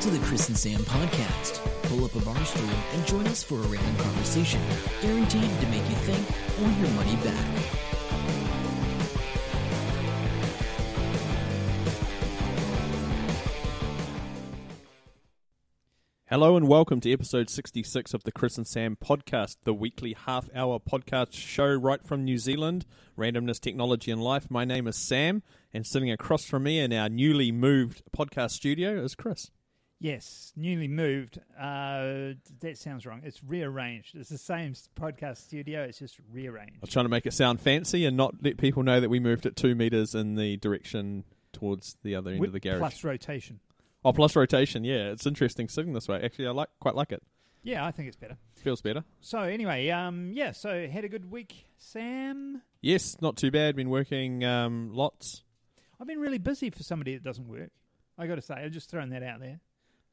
to the Chris and Sam podcast. Pull up a bar stool and join us for a random conversation, guaranteed to make you think or your money back. Hello and welcome to episode 66 of the Chris and Sam podcast, the weekly half hour podcast show right from New Zealand, randomness, technology, and life. My name is Sam, and sitting across from me in our newly moved podcast studio is Chris. Yes, newly moved. Uh, that sounds wrong. It's rearranged. It's the same s- podcast studio. It's just I rearranged. was trying to make it sound fancy and not let people know that we moved it two meters in the direction towards the other end With of the garage. Plus rotation. Oh, plus rotation. Yeah, it's interesting sitting this way. Actually, I like quite like it. Yeah, I think it's better. Feels better. So anyway, um, yeah. So had a good week, Sam. Yes, not too bad. Been working um, lots. I've been really busy for somebody that doesn't work. I got to say, I've just thrown that out there.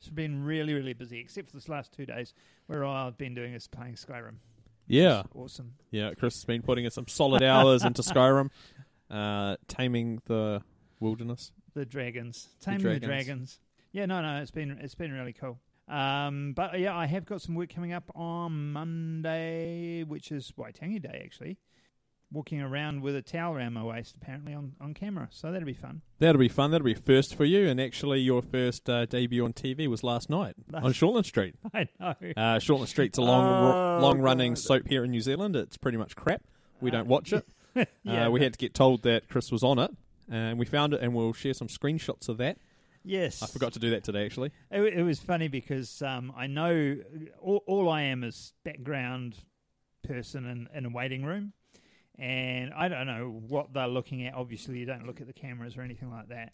It's been really, really busy, except for this last two days where all I've been doing is playing Skyrim. which Yeah. is awesome. Yeah, Chris has been putting in some solid hours into Skyrim, uh, taming the wilderness. the dragons, taming the dragons. dragons. Yeah, no, no, it's been it's been really cool. Um, but yeah, I have got some work coming up on Monday, which is Waitangi Day actually. Walking around with a towel around my waist, apparently on, on camera, so that'll be fun. That'll be fun. That'll be a first for you. And actually, your first uh, debut on TV was last night Last- on Shortland Street. I know. Uh, Shortland Street's a long, Oh, long running God. soap here in New Zealand. It's pretty much crap. We don't watch it. yeah, uh, we but- had to get told that Chris was on it, and we found it, and we'll share some screenshots of that. yes. I forgot to do that today, actually. It, it was funny because um, I know all, all I am is background person in, in a waiting room, and I don't know what they're looking at. Obviously, you don't look at the cameras or anything like that.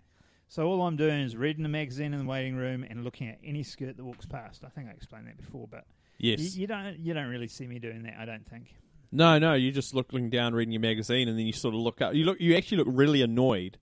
So all I'm doing is reading a magazine in the waiting room and looking at any skirt that walks past. I think I explained that before, but Yes. you, you don't you don't really see me doing that. I don't think. No, no, you're just looking down, reading your magazine, and then you sort of look up. You look, you actually look really annoyed.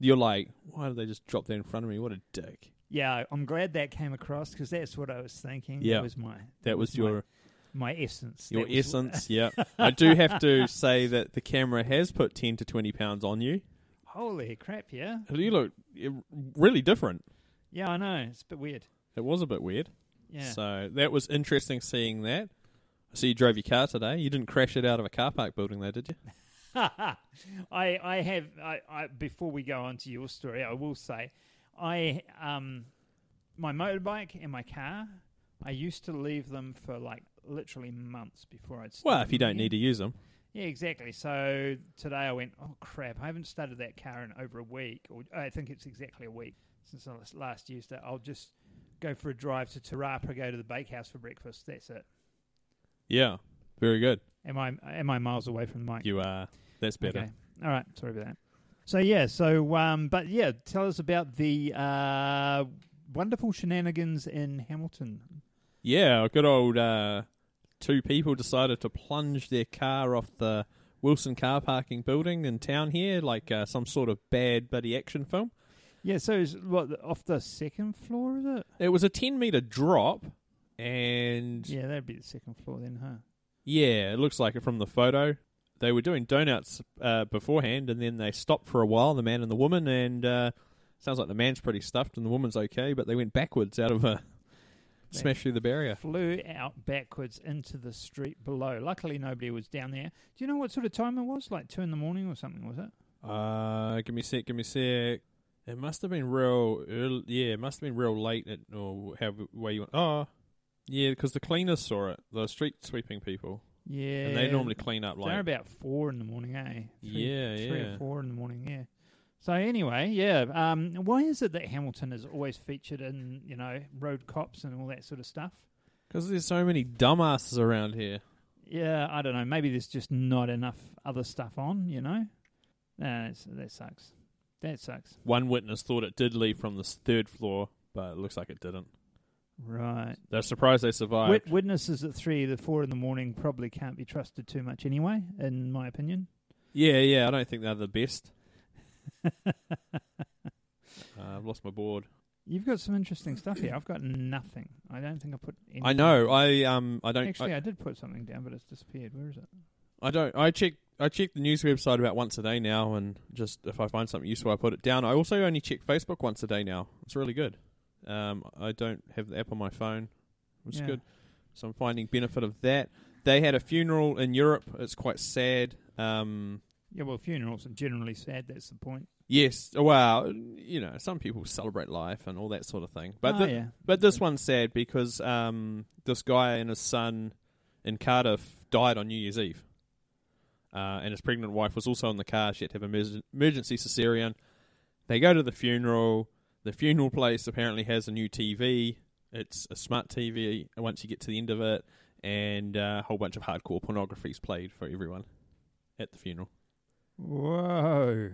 You're like, why did they just drop that in front of me? What a dick! Yeah, I'm glad that came across because that's what I was thinking. Yeah. that was my That was my- your my essence. your That was- essence. yeah, I do have to say that the camera has put ten to twenty pounds on you. Holy crap! Yeah, You look eh, really different. yeah, I know. It's a bit weird. It was a bit weird. Yeah. So that was interesting seeing that. So you drove your car today. You didn't crash it out of a car park building, though, did you? I I have I, I before we go on to your story, I will say I um my motorbike and my car. I used to leave them for like literally months before I'd. Well, if you don't need to use them, Yeah, exactly. So today I went, oh crap! I haven't started that car in over a week, or I think it's exactly a week since I las- last used it. I'll just go for a drive to Tarapa, go to the bakehouse for breakfast. That's it. yeah, very good. Am I am I miles away from the mic? You are. That's better. Okay. All right. Sorry about that. So yeah. So um. But yeah. Tell us about the uh wonderful shenanigans in Hamilton. Yeah, good old uh, two people decided to plunge their car off the Wilson car parking building in town here, like uh, some sort of bad buddy action film. Yeah. So it's what the- off the second floor is it? It was a 10 meter drop, and yeah. Yeah, that'd be the second floor then, huh? it looks like it from the photo. They were doing donuts uh, beforehand, and then they stopped for a while, the man and the woman, and uh, sounds like the man's pretty stuffed and the woman's okay, but they went backwards out of a They- smash through the barrier. Flew out backwards into the street below. Luckily, nobody was down there. Do you know what sort of time it was? Like two in the morning or something, was it? Uh, give me a sec. Give me a sec. It must have been real early. Yeah, it must have been real late. At, or however way you want. Oh, yeah, because the cleaners saw it. The street sweeping people, Yeah. and they normally clean up They're like. about four in the morning, eh? Yeah, three yeah. or four in the morning, yeah. So anyway, yeah. Um, why is it that Hamilton is always featured in you know road cops and all that sort of stuff? Because there's so many dumbasses around here. Yeah, I don't know. Maybe there's just not enough other stuff on, you know. Nah, that's, that sucks. That sucks. One witness thought it did leave from the s- third floor, but it looks like it didn't. Right. They're surprised they survived. Wit- witnesses at three, the four in the morning probably can't be trusted too much anyway, in my opinion. yeah, yeah. I don't think they're the best. Uh, I've lost my board. You've got some interesting stuff here. I've got nothing. I don't think I put. Anything. I know. I um. I don't. I- Actually, I, did put something down, but it's disappeared. Where is it? I don't. I check. I check the news website about once a day now, and just if I find something useful, I put it down. I also only check Facebook once a day now. It's really good. Um, I don't have the app on my phone, which Yeah. is good. So I'm finding benefit of that. They had a funeral in Europe. It's quite sad. Um, Yeah, well, funerals are generally sad. That's the point. yes, well, you know, some people celebrate life and all that sort of thing. But Oh, the, yeah, But this one's sad because um, this guy and his son in Cardiff died on New Year's Eve. Uh, and his pregnant wife was also in the car. She had to have emerg- emergency cesarean. They go to the funeral. The funeral place apparently has a new TV. It's a smart TV once you get to the end of it. And uh, a whole bunch of hardcore pornography is played for everyone at the funeral. Whoa.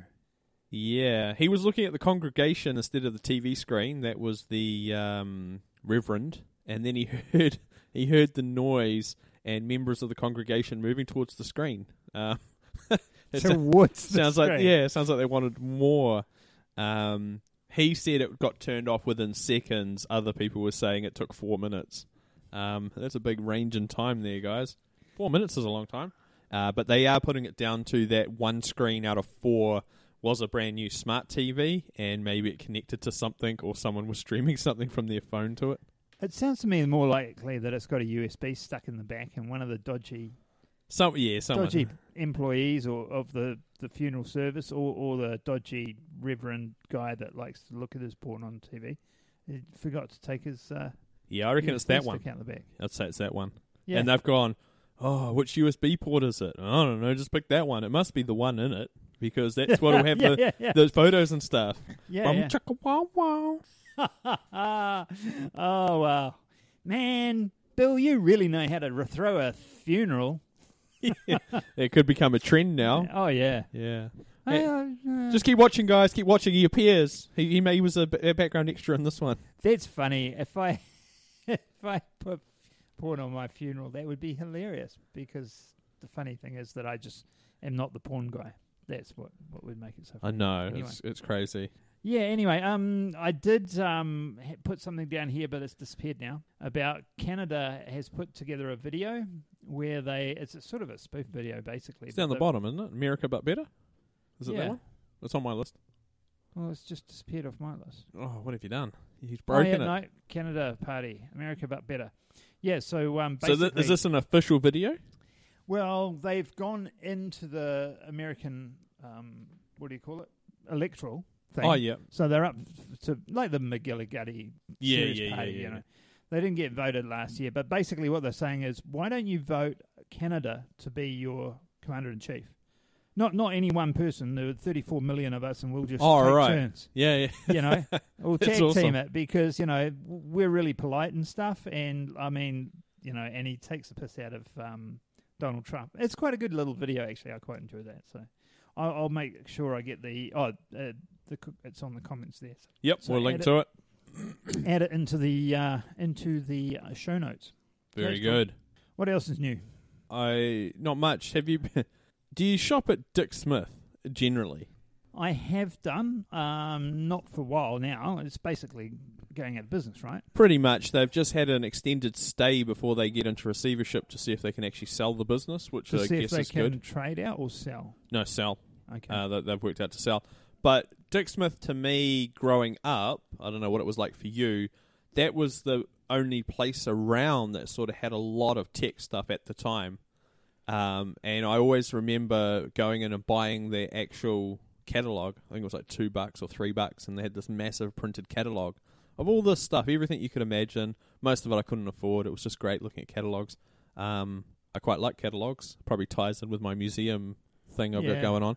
Yeah, he was looking at the congregation instead of the TV screen. That was the um, reverend, and then he heard he heard the noise and members of the congregation moving towards the screen. Uh, it So sou- what's the sounds like screen? yeah, it sounds like they wanted more. Um, he said it got turned off within seconds. Other people were saying it took four minutes. Um, that's a big range in time there, guys. Four minutes is a long time. Uh, but they are putting it down to that one screen out of four was a brand new smart TV and maybe it connected to something or someone was streaming something from their phone to it. It sounds to me more likely that it's got a USB stuck in the back, and one of the dodgy, Some yeah, someone dodgy employees or of the, the funeral service, or, or the dodgy reverend guy that likes to look at his porn on TV, he forgot to take his. Uh, Yeah, I reckon it's USB that stick one. Out the back. I'd say it's that one. Yeah. And they've gone, oh, which USB port is it? I don't know, just pick that one. It must be the one in it because that's what will have yeah, the, yeah, yeah. the photos and stuff. yeah, yeah. wow. oh wow, man, Bill, you really know how to re- throw a funeral. It could become a trend now. Oh yeah, Yeah. I- Hey, I- uh, Just keep watching, guys. Keep watching. He appears. He, he, ma- he was a b- a background extra in this one. that's funny. If I if I put porn on my funeral, that would be hilarious. Because the funny thing is that I just am not the porn guy. That's what what would make it so. I Funny. know. Anyway. It's, it's crazy. Yeah. Anyway, um, I did um ha- put something down here, but it's disappeared now. About Canada has put together a video where they it's a sort of a spoof video basically. It's but down the they- bottom, isn't it? America But Better? Is it Yeah. that one? It's on my list. Well, it's just disappeared off my list. Oh, what have you done? He's oh, broken yeah, it. No, Canada Party, America but better. Yeah, so um, so basically, th- is this an official video? well, they've gone into the American, um, what do you call it, electoral thing. Oh, yeah. So they're up to like the McGilligutty serious party, you know. They didn't get voted last year, but basically what they're saying is, why don't you vote Canada to be your commander in chief? Not not any one person. There are 34 million of us, and we'll just Oh, take right. turns. Yeah, yeah. you know we'll That's tag awesome. team it because you know w- we're really polite and stuff and i mean you know and he takes the piss out of um, donald trump it's quite a good little video actually i quite enjoy that so i'll, I'll make sure i get the oh uh, the co- it's on the comments there so Yep, So we'll link add to it. add it into the uh, into the uh, show notes Very That's cool. good. what else is new I not much. Have you? do you shop at Dick Smith generally? i have done um, not for a while now it's basically going out of business right Pretty much. They've just had an extended stay before they get into receivership to see if they can actually sell the business, which to I see guess if they is can good. trade out or sell No, sell. okay Uh, that they've worked out to sell. But Dick Smith, to me, growing up, I don't know what it was like for you. That was the only place around that sort of had a lot of tech stuff at the time. Um, and I always remember going in and buying their actual catalog. I think it was like two bucks or three bucks, and they had this massive printed catalog of all this stuff, everything you could imagine. Most of it I couldn't afford. It was just great looking at catalogs. Um, I quite like catalogs. Probably ties in with my museum thing I've Yeah. got going on.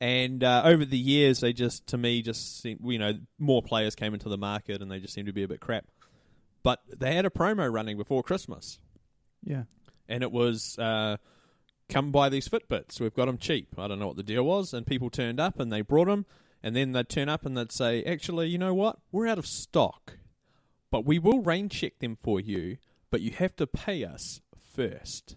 And uh, over the years, they just to me just seem, you know more players came into the market, and they just seemed to be a bit crap. But they had a promo running before Christmas, yeah and it was uh, come buy these Fitbits. We've got them cheap. I don't know what the deal was, and people turned up and they brought them, and then they'd turn up and they'd say, actually, you know what? We're out of stock, but we will rain check them for you, but you have to pay us first.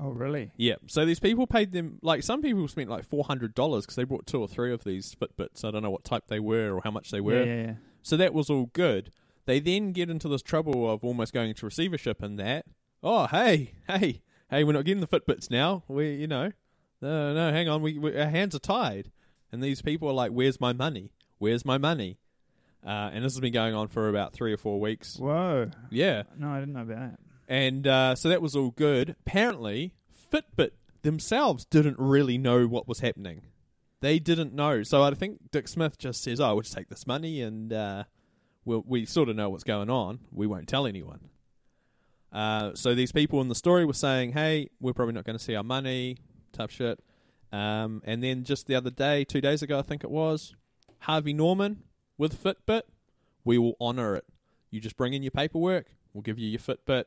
oh really Yeah. So these people paid them like some people spent like four hundred dollars because they brought two or three of these Fitbits. I don't know what type they were or how much they were. yeah, yeah, yeah. So that was all good. They then get into this trouble of almost going into receivership and that. Oh, hey, hey, hey, we're not getting the Fitbits now. We, you know, no, no, hang on, we, we our hands are tied. And these people are like, "Where's my money? Where's my money?" Uh, and this has been going on for about three or four weeks. Whoa. Yeah. No, I didn't know about that. And uh, so that was all good. Apparently, Fitbit themselves didn't really know what was happening. They didn't know. So I think Dick Smith just says, oh, we'll just take this money and uh, we'll, we sort of know what's going on. We won't tell anyone. Uh, so these people in the story were saying, hey, we're probably not going to see our money. Tough shit. Um, and then just the other day, two days ago, I think it was, Harvey Norman with Fitbit, we will honor it. You just bring in your paperwork, we'll give you your Fitbit.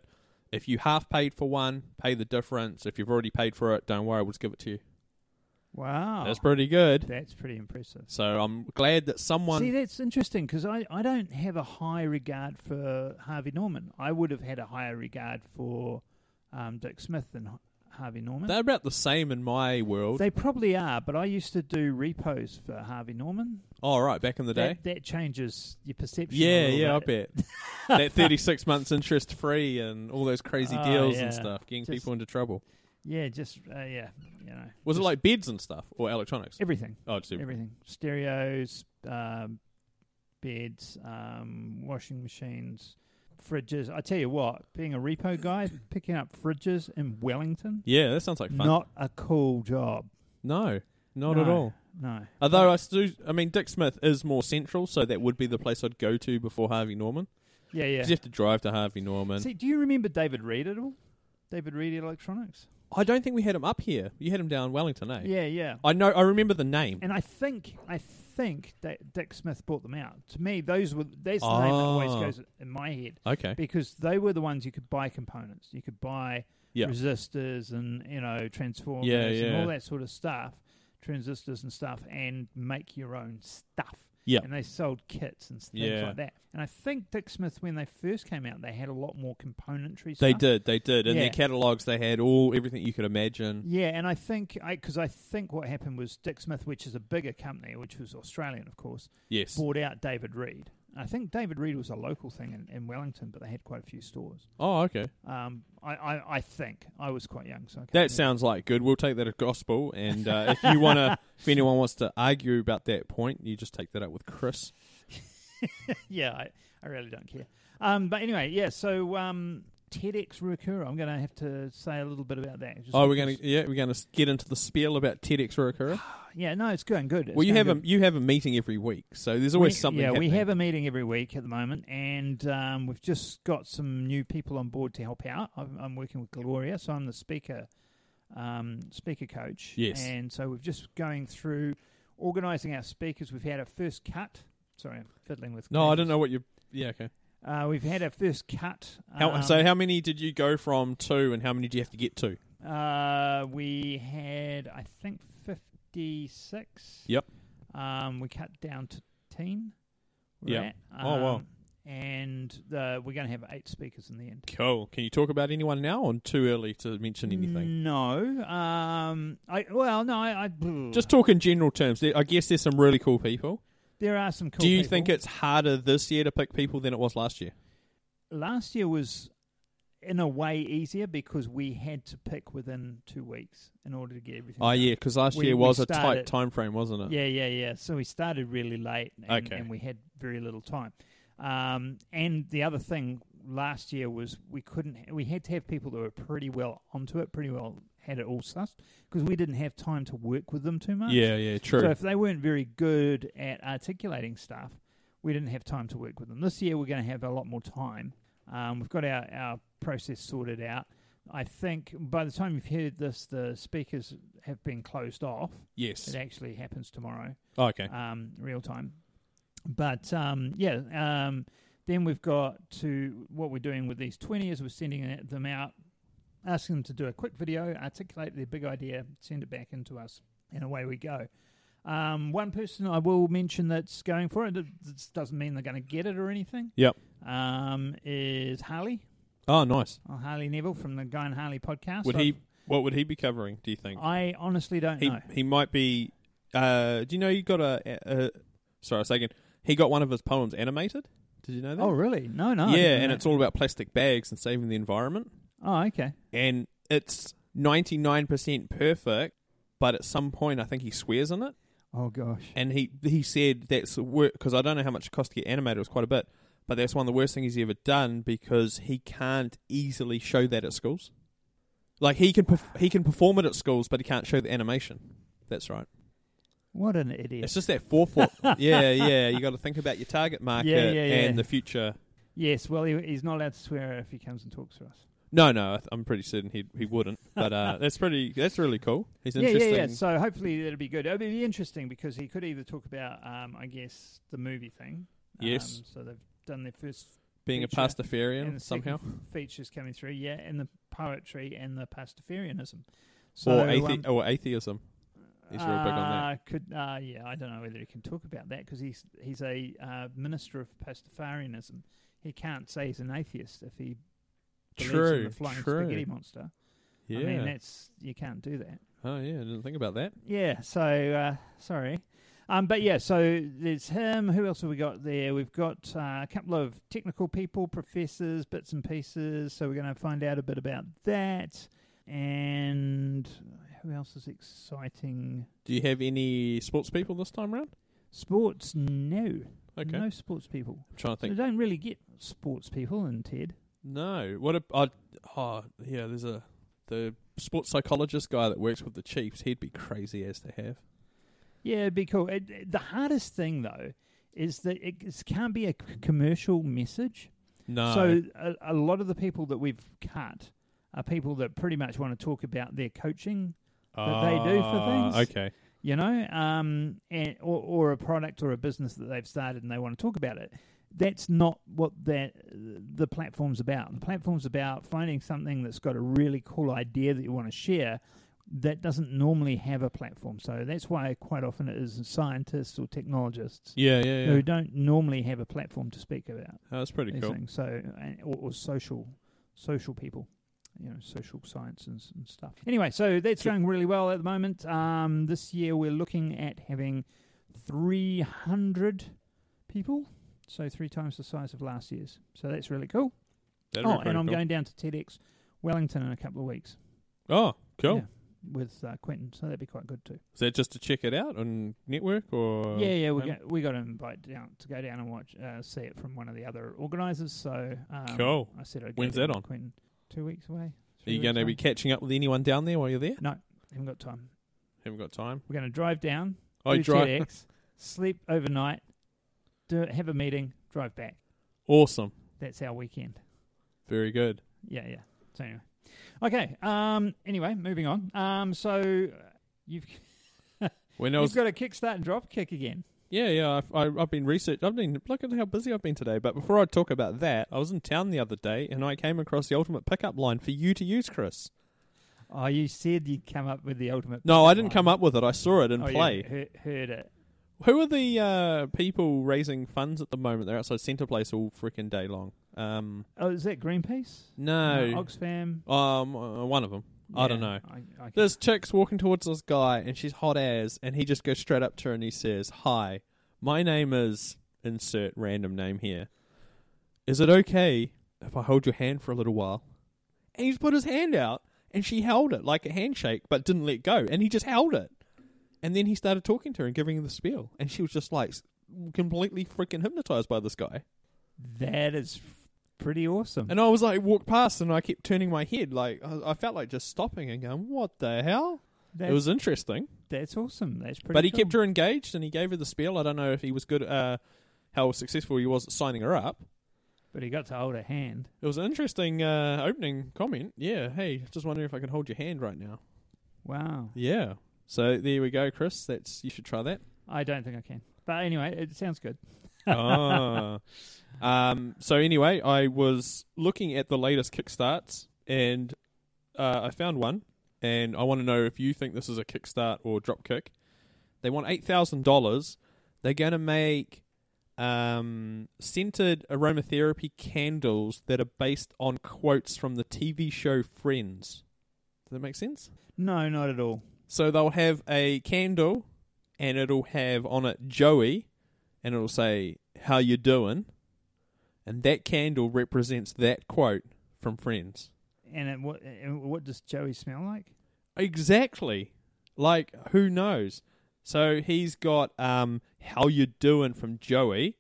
If you half paid for one, pay the difference. If you've already paid for it, don't worry, we'll just give it to you. Wow. That's pretty good. That's pretty impressive. So I'm glad that someone. See, that's interesting because I, I don't have a high regard for Harvey Norman. I would have had a higher regard for um, Dick Smith than H- Harvey Norman. They're about the same in my world. They probably are, but I used to do repos for Harvey Norman. All Oh, right, back in the day. That, that changes your perception. a Yeah, little yeah, I bit. bet. that 36 months interest free and all those crazy Oh, deals yeah. and stuff, getting Just- people into trouble. Yeah, just uh, yeah, you know. Was it just like beds and stuff or electronics? everything? oh, just everything. Everything. Stereos, um, beds, um, washing machines, fridges. I tell you what, being a repo guy, picking up fridges in Wellington, Yeah, that sounds like fun. not a cool job. no, not at No. all. No. Although I still, I mean, Dick Smith is more central, so that would be the place I'd go to before Harvey Norman. Yeah, 'Cause yeah. You have to drive to Harvey Norman. See, do you remember David Reed at all? David Reed Electronics. I don't think we had him up here. You had him down Wellington, eh? Yeah, yeah. I know. I remember the name. And I think I think that Dick Smith bought them out. To me, those were that's the name that always Oh. goes in my head. Okay. because they were the ones you could buy components. You could buy Yeah. resistors and you know transformers Yeah, and yeah. all that sort of stuff, transistors and stuff, and make your own stuff. Yeah. and they sold kits and things Yeah. like that. And I think Dick Smith, when they first came out, they had a lot more componentry. They stuff. did. They did. In their Yeah. catalogs, they had all everything you could imagine. Yeah, and I think because I, think what happened was Dick Smith, which is a bigger company, which was Australian, of course, Yes. bought out David Reed. I think David Reed was a local thing in, in Wellington, but they had quite a few stores. Oh, okay. Um, I, I, I think I was quite young, so I can't That remember. sounds like good. We'll take that as gospel. And uh, if you want to, if anyone wants to argue about that point, you just take that up with Chris. yeah, I, I really don't care. Um, but anyway, yeah. So um, TEDx Ruakura, I'm going to have to say a little bit about that. just Oh, we're gonna because- yeah, we're gonna get into the spiel about TEDx Ruakura. Yeah, no, it's going good. It's Well, you going have a good. you have a meeting every week, so there's always We- something. Yeah, we happening. have a meeting every week at the moment, and um, we've just got some new people on board to help out. I'm, I'm working with Gloria, so I'm the speaker um, speaker coach. Yes. and so we're just going through organising our speakers. We've had our first cut. Sorry, I'm fiddling with. No, I cables. don't know what you. Yeah, okay. Uh, we've had our first cut. How, um, so, how many did you go from to, and how many do you have to get to? Uh, we had, I think, 56. Yep. Um, we cut down to 10. we're Yep. at. Oh, wow. Um, And the, we're going to have eight speakers in the end. Cool. Can you talk about anyone now, or too early to mention Hmm. anything? No. Um, I Well, no, I. I Just talk in general terms. There- I guess there's some really cool people. There are some cool do you people. think it's harder this year to pick people than it was last year? Last year was, in a way, easier because we had to pick within two weeks in order to get everything. Oh done. yeah, because last We- year we was a tight started- time frame, wasn't it? Yeah, yeah, yeah. So we started really late, and, Okay. and we had very little time. Um, and the other thing last year was we couldn't. We had to have people that were pretty well onto it, pretty well had it all sussed, because we didn't have time to work with them too much. yeah, yeah, true. So if they weren't very good at articulating stuff, we didn't have time to work with them. This year we're going to have a lot more time. Um, we've got our, our process sorted out. I think by the time you've heard this, the speakers have been closed off. yes. It actually happens tomorrow Oh, okay. um, real time. But um, yeah, um, then we've got to what we're doing with these 20 is we're sending it- them out, asking them to do a quick video, articulate their big idea, send it back into us, and away we go. Um, one person I will mention that's going for it, this doesn't mean they're going to get it or anything, Yep. um, is Harley, Oh, nice. or Harley Neville from the Guy and Harley podcast. Would I- he? What would he be covering? Do you think? I honestly don't He know. he might be. Uh, do you know he got a, a, a sorry a second? He got one of his poems animated. Did you know that? Oh, really? No, no. I yeah, didn't know and that. it's all about plastic bags and saving the environment. Oh, okay. And it's ninety nine percent perfect, but at some point I think he swears in it. Oh gosh. and he he said that's because I don't know how much it cost to get animated. It was quite a bit, but that's one of the worst things he's ever done because he can't easily show that at schools. Like he can perf- he can perform it at schools, but he can't show the animation. That's right. What an idiot. It's just that forethought. yeah, yeah. You got to think about your target market Yeah, yeah, yeah. and the future. yes, well, he, he's not allowed to swear if he comes and talks to us. No, no. I th- I'm pretty certain he he wouldn't. But uh, that's pretty. That's really cool. He's yeah, yeah, interesting. yeah. So hopefully that'll be good. It'll be interesting because he could either talk about, um, I guess, the movie thing. Yes. Um, so they've done their first Being a feature pastafarian and the somehow, second features coming through. Yeah, and the poetry and the pastafarianism. So or oh, athe- um, or atheism. He's real big on that. Uh, could uh, yeah, I don't know whether he can talk about that because he's he's a uh, minister of pastafarianism. He can't say he's an atheist if he believes in True, the flying true. spaghetti monster. Yeah. I mean, that's you can't do that. oh yeah. I didn't think about that. Yeah. So uh, sorry, um, but yeah. So there's him. Who else have we got there? We've got uh, a couple of technical people, professors, bits and pieces. So we're going to find out a bit about that. And who else is exciting? Do you have any sports people this time round? Sports? No, Okay. no sports people. I'm trying to They think. don't really get sports people in TED. No. What a I oh yeah, there's a the sports psychologist guy that works with the Chiefs, he'd be crazy as to have. Yeah, it'd be cool. It, it- the hardest thing though is that it, it can't be a c- commercial message. No. So a, a lot of the people that we've cut are people that pretty much want to talk about their coaching, that they do for Ah, things. Okay. you know, um, and, or, or a product or a business that they've started and they want to talk about it. That's not what that the platform's about. The platform's about finding something that's got a really cool idea that you want to share that doesn't normally have a platform. So that's why quite often it is scientists or technologists Yeah, yeah, yeah. who don't normally have a platform to speak about Oh, that's pretty these cool. things. So, and, or, or social, social people, you know, social sciences and stuff. Anyway, so that's Sure. going really well at the moment. Um, this year we're looking at having 300 people, so three times the size of last year's. So that's really cool. That'd be oh, pretty and I'm cool. going down to TEDx Wellington in a couple of weeks. Oh, cool. Yeah, with uh, Quentin, so that'd be quite good too. Is that just to check it out on network or yeah, yeah, we um, got we got an invite down to go down and watch, uh, see it from one of the other organisers. So um, Cool. I said I'd go When's down that to on? Quentin. Two weeks away. Are three you weeks gonna be away. catching up with anyone down there while you're there? Haven't got time. Haven't got time. We're going to drive down, I do Oh, drive TEDx, sleep overnight, do have a meeting, drive back. Awesome. That's our weekend. Very good. Yeah, yeah. So anyway, okay. Um. Anyway, moving on. Um. So uh, you've When I you've was got a kickstart and drop kick again. Yeah, yeah. I've, I, I've been research. I've been look at how busy I've been today. But before I talk about that, I was in town the other day and I came across the ultimate pickup line for you to use, Chris. Oh, you said you'd come up with the ultimate. No, I didn't come up with it. I saw it in oh, you play. he- heard it. Who are the uh, people raising funds at the moment? They're outside Centre Place all freaking day long. Um, Oh, is that Greenpeace? no, Oxfam. um, uh, one of them. I don't Yeah, know. I, I can- This chick's walking towards this guy and she's hot as, and he just goes straight up to her and he says, "Hi, my name is insert random name here. Is it okay if I hold your hand for a little while?" And he's put his hand out, and she held it like a handshake, but didn't let go, and he just held it. And then he started talking to her and giving her the spiel, and she was just like s- completely freaking hypnotized by this guy. that is f- pretty awesome. And I was like, walked past, and I kept turning my head, like I, I felt like just stopping and going, "What the hell?" That's, it was interesting. that's awesome. That's pretty. but he cool. kept her engaged and he gave her the spiel. I don't know if he was good, uh, how successful he was at signing her up. But he got to hold a hand. It was an interesting uh, opening comment. Yeah, hey, just wondering if I can hold your hand right now. Wow. Yeah. So there we go, Chris. That's you should try that. I don't think I can. But anyway, it sounds good. ah. Um. So anyway, I was looking at the latest kickstarts and uh, I found one, and I want to know if you think this is a kickstart or dropkick. They want eight thousand dollars. They're going to make um, scented aromatherapy candles that are based on quotes from the TV show Friends. Does that make sense? No, not at all. So they'll have a candle, and it'll have on it Joey, and it'll say "How you doing," and that candle represents that quote from Friends. And it, what and what does Joey smell like? Exactly. Like who knows? So he's got um, How You Doing from Joey.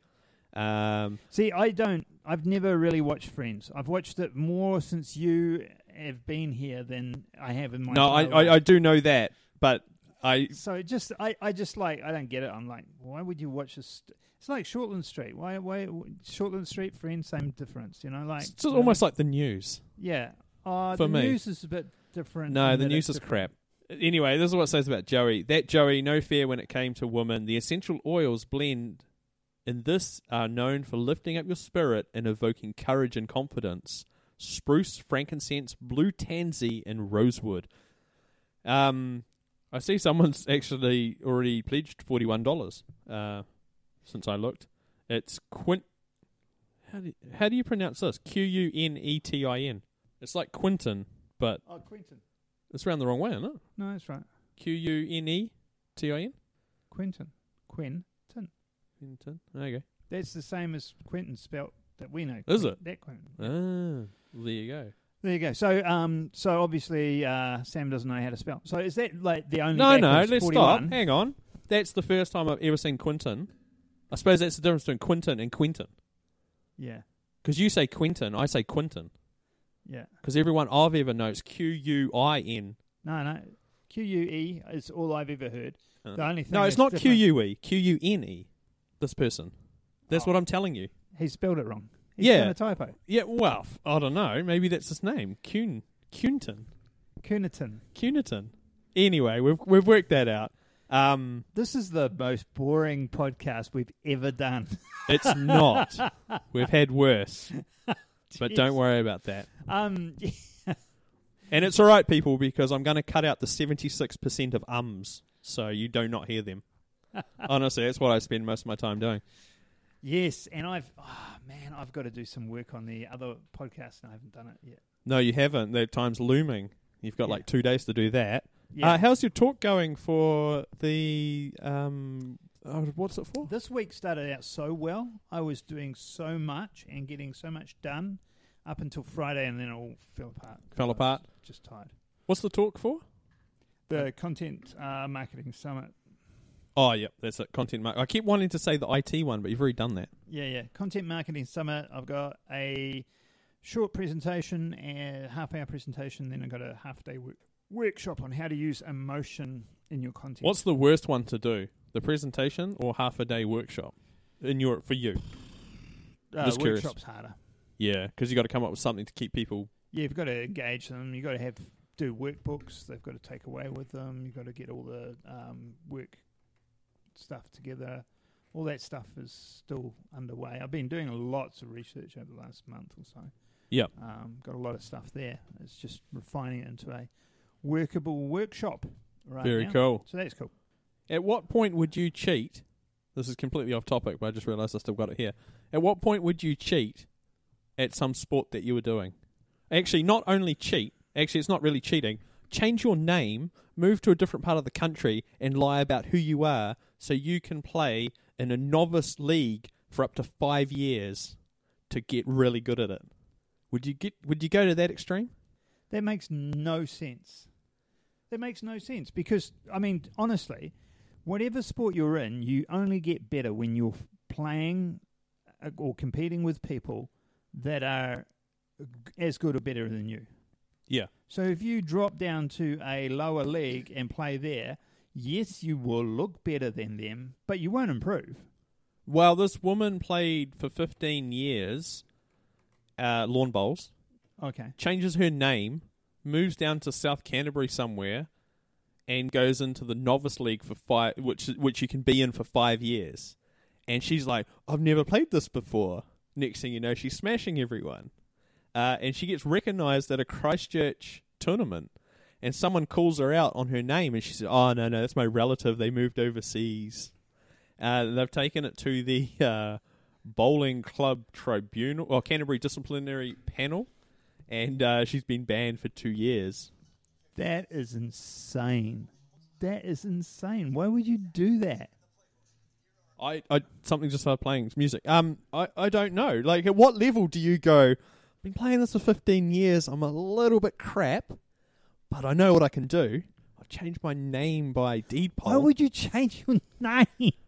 Um, See, I don't. I've never really watched Friends. I've watched it more since you have been here than I have in my. no, I, entire I, I life. do know that, but I So it just, I, I just like, I don't get it. I'm like, why would you watch this? It's like Shortland Street. Why, why Shortland Street? Friends, same difference. You know, like it's just almost like the news. yeah. Uh, for the me. news is a bit different. No, in the that news it's is crap. Anyway, this is what it says about Joey. That Joey, no fear when it came to women. The essential oils blend in this are known for lifting up your spirit and evoking courage and confidence. Spruce, frankincense, blue tansy, and rosewood. Um, I see someone's actually already pledged forty one dollars. Uh, since I looked, it's Quint. How do how do you pronounce this? Q U N E T I N. It's like Quinton, but Oh, Quentin. it's round the wrong way, isn't it? No, that's right. Q U N E T I N. Quentin. Quentin. Quinton. Okay. That's the same as Quentin spelt that we know. Is it? That Quentin. Ah, there you go. There you go. So, um, so obviously uh, Sam doesn't know how to spell. So is that like the only? No, no, backwards let's 41? stop. Hang on. That's the first time I've ever seen Quinton. I suppose that's the difference between Quinton and Quentin. Yeah, Because you say Quentin, I say Quinton. yeah. Because everyone I've ever known is Q U I N. No, no. Q U E is all I've ever heard. Uh, The only thing No, it's that's not Q different- U E. Q U N E. This person. That's Oh. what I'm telling you. He spelled it wrong. He's Yeah. done a typo. Yeah, well, f- I don't know. Maybe that's his name. Cun- Cunton. Cooniton. Cuniton. Anyway, we've we've worked that out. Um, This is the most boring podcast we've ever done. it's not. we've had worse, but Jeez. don't worry about that. Um, And it's all right, people, because I'm going to cut out the 76 percent of ums, so you do not hear them. Honestly, that's what I spend most of my time doing. yes, and I've oh, man, I've got to do some work on the other podcast, and I haven't done it yet. No, you haven't. That time's looming. You've got Yeah. like two days to do that. Yeah. Uh, how's your talk going for the um? Uh, what's it for? This week started out so well. I was doing so much and getting so much done up until Friday, and then it all fell apart. Fell apart. Just tired. What's the talk for? The content uh, marketing summit. Oh, yeah, that's it. Content mark. I keep wanting to say the IT one, but you've already done that. Yeah, yeah. Content marketing summit. I've got a short presentation, a half hour presentation. Then I've got a half day work- workshop on how to use emotion in your content. What's the worst one to do? The presentation or half a day workshop? In your for you, uh, just curious. workshop's harder? yeah, because you got to come up with something to keep people. Yeah, you've got to engage them. You've got to have do workbooks. They've got to take away with them. You've got to get all the um, work stuff together. All that stuff is still underway. I've been doing lots of research over the last month or so. Yep. um, got a lot of stuff there. It's just refining it into a workable workshop. Right Very now. cool. So that's cool. At what point would you cheat? This is completely off topic, but I just realised I still got it here. At what point would you cheat at some sport that you were doing? Actually, not only cheat. Actually, it's not really cheating. Change your name, move to a different part of the country, and lie about who you are, so you can play in a novice league for up to five years to get really good at it. Would you get? Would you go to that extreme? That makes no sense. That makes no sense because I mean, honestly, whatever sport you're in, you only get better when you're f- playing uh, or competing with people that are g- as good or better than you. Yeah. So if you drop down to a lower league and play there, yes, you will look better than them, but you won't improve. Well, this woman played for 15 years uh, lawn bowls. Okay. changes her name, moves down to South Canterbury somewhere, and goes into the novice league for five, which which you can be in for five years. And she's like, "I've never played this before." Next thing you know, she's smashing everyone, uh, and she gets recognised at a Christchurch tournament. And someone calls her out on her name, and she said, "Oh no, no, that's my relative. They moved overseas. Uh, they've taken it to the uh, bowling club tribunal or Canterbury disciplinary panel, and uh, she's been banned for two years. That is insane. That is insane. Why would you do that? I, I something just started playing music. Um, I, I don't know. Like, at what level do you go? I've been playing this for fifteen years. I'm a little bit crap, but I know what I can do. I'll change my name by deed poll. Why would you change your name?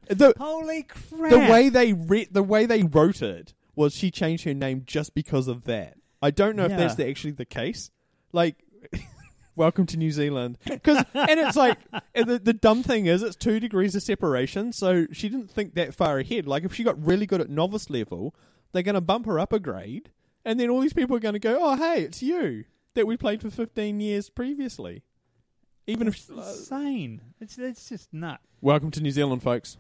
the, Oh. Holy crap! the way they re- the way they wrote it was she changed her name just because of that. I don't know if that's Yeah. the, actually the case. Like, welcome to New Zealand. 'Cause- and it's like and the, the dumb thing is it's two degrees of separation, so she didn't think that far ahead. Like, if she got really good at novice level, they're going to bump her up a grade, and then all these people are going to go, "Oh, hey, it's you that we played for fifteen years previously." Even if It's insane. It's it's just nut. Welcome to New Zealand, folks.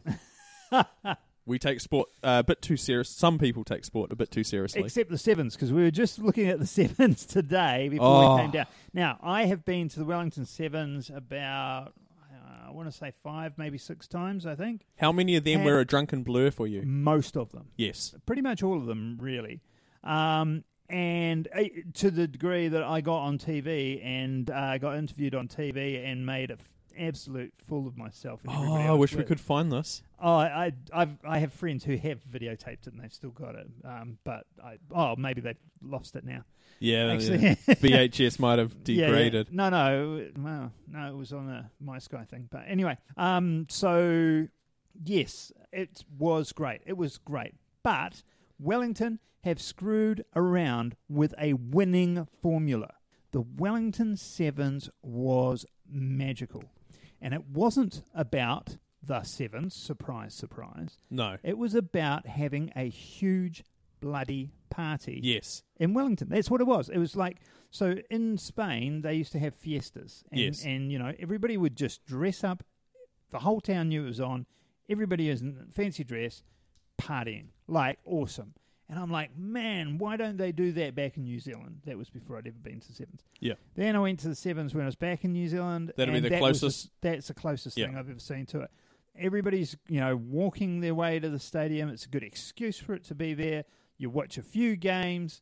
we take sport uh, a bit too serious. Some people take sport a bit too seriously. Except the sevens, because we were just looking at the sevens today before Oh. we came down. Now I have been to the Wellington sevens about uh, I want to say five, maybe six times. I think How many of them And- were a drunken blur for you? most of them. Yes. pretty much all of them really um, and uh, to the degree that i got on tv and uh, got interviewed on tv and made an absolute fool of myself and Oh, everybody I else wish we with. could find this. oh i I- I've, i have friends who have videotaped it and they've still got it um, but i oh maybe they've lost it now Yeah, actually Oh, yeah. VHS might have Yeah, yeah. degraded. No, no, it- well, no, it was on a My Sky thing. But anyway, um, so yes, it was great. It was great, but Wellington have screwed around with a winning formula. The Wellington Sevens was magical, and it wasn't about the Sevens. Surprise, surprise. No. It was about having a huge bloody party Yes. in Wellington. That's what it was. It was like so in Spain they used to have fiestas, and, Yes. and you know everybody would just dress up. The whole town knew it was on. Everybody is in fancy dress, partying like awesome. And I'm like, man, why don't they do that back in New Zealand? That was before I'd ever been to Sevens. Yeah. Then I went to the Sevens when I was back in New Zealand. That'd be and the that was the- closest- that's the closest Yeah. thing I've ever seen to it. Everybody's, you know, walking their way to the stadium. It's a good excuse for it to be there. You watch a few games.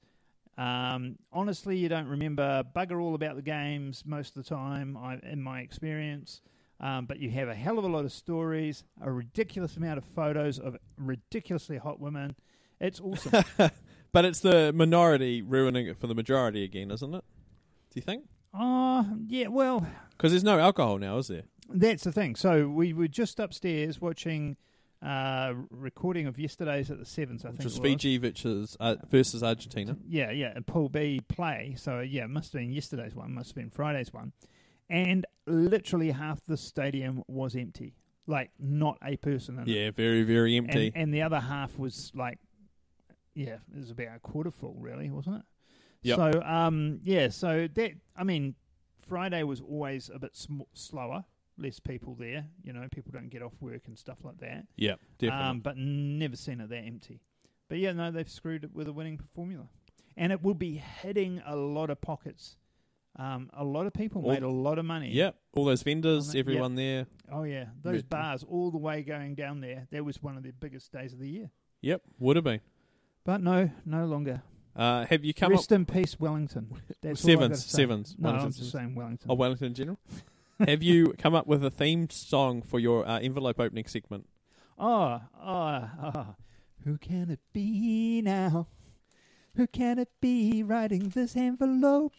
Um, honestly, you don't remember bugger all about the games most of the time, I, in my experience. Um, but you have a hell of a lot of stories, a ridiculous amount of photos of ridiculously hot women. It's awesome. But it's the minority ruining it for the majority again, isn't it? Do you think? Ah, yeah. Well, Because there's no alcohol now, is there? That's the thing. So we were just upstairs watching uh recording of yesterday's at the sevens. I Which think was it Fiji versus, uh, versus Argentina. Yeah, yeah, a Pool B play. So yeah, it must have been yesterday's one. Must have been Friday's one. And literally half the stadium was empty. Like not a person in it. Yeah, very, very empty. And, and the other half was like, yeah, it was about a quarter full, really, wasn't it? Yep. So, um, yeah, so that, I mean, Friday was always a bit sm- slower, less people there. You know, people don't get off work and stuff like that. yeah, definitely. Um, but never seen it that empty. But yeah, no, they've screwed it with a winning formula. And it will be hitting a lot of pockets. Um, a lot of people All- made a lot of money. yep. All those vendors, Wasn't it? Yep. everyone there. Oh, yeah. Those Rid- bars all the way going down there. That was one of their biggest days of the year. Yep, would have been. But no, no longer. Uh, have you come up? Rest in peace, Wellington. That's all I've got Sevens, to say. sevens. No, Wellington I'm just sevens. saying Wellington. Oh, Wellington in general. Have you come up with a theme song for your uh, envelope opening segment? Oh, oh, oh. Who can it be now? Who can it be writing this envelope?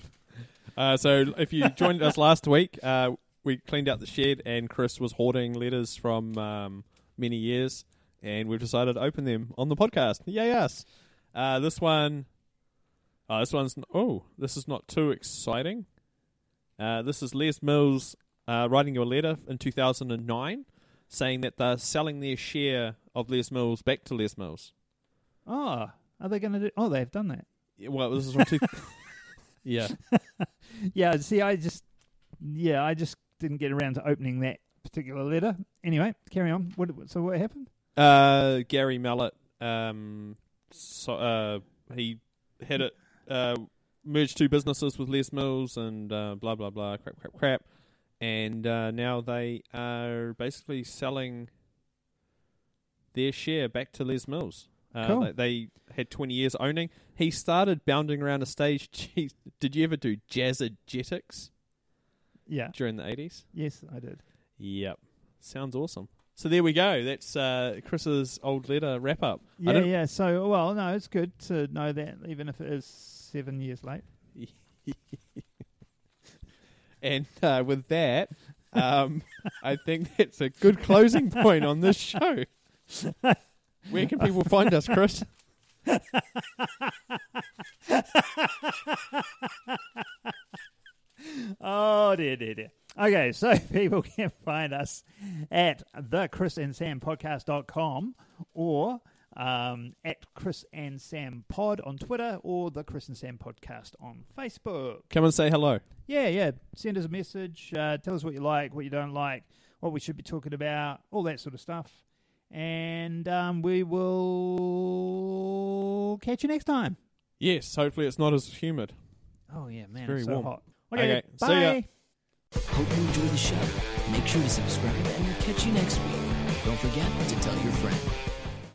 Uh, so, if you joined us last week, uh, we cleaned out the shed, and Chris was hoarding letters from um, many years, and we've decided to open them on the podcast. Yay us! Uh, this one, uh, this one's n- oh, this is not too exciting. Uh, this is Les Mills uh, writing you a letter in 2009, saying that they're selling their share of Les Mills back to Les Mills. Oh, are they going to do? Oh, they've done that. Yeah, Well, this is from two. yeah, Yeah. See, I just, yeah, I just didn't get around to opening that particular letter. Anyway, carry on. What? So what happened? uh, Gary Mallett. Um, so, uh, he had it. Uh, merged two businesses with Les Mills and uh, blah blah blah. Crap, crap, crap. And uh, now they are basically selling their share back to Les Mills. Uh, Cool. they, they had 20 years owning. He started bounding around a stage. Jeez, did you ever do jazzagetics Yeah. during the 80s? Yes, I did. Yep. Sounds awesome. So there we go. That's uh, Chris's old letter wrap up. I Yeah, don't- yeah. So, well, no, it's good to know that, even if it is seven years late. And uh, with that, Um, I think that's a good closing point on this show. Where can people find us, Chris? Oh dear, dear, dear. Okay, so people can find us at the Chris and Sam podcast.com or um, at Chris and Sam Pod on Twitter or the Chris and Sam Podcast on Facebook. Come and say hello. Yeah, yeah. Send us a message. Uh, tell us what you like, what you don't like, what we should be talking about, all that sort of stuff. And um, we will catch you next time. Yes, hopefully it's not as humid. Oh yeah, man, very it's so warm. hot. Okay, see bye. ya. Hope you enjoyed the show. Make sure to subscribe and we'll catch you next week. Don't forget to tell your friend.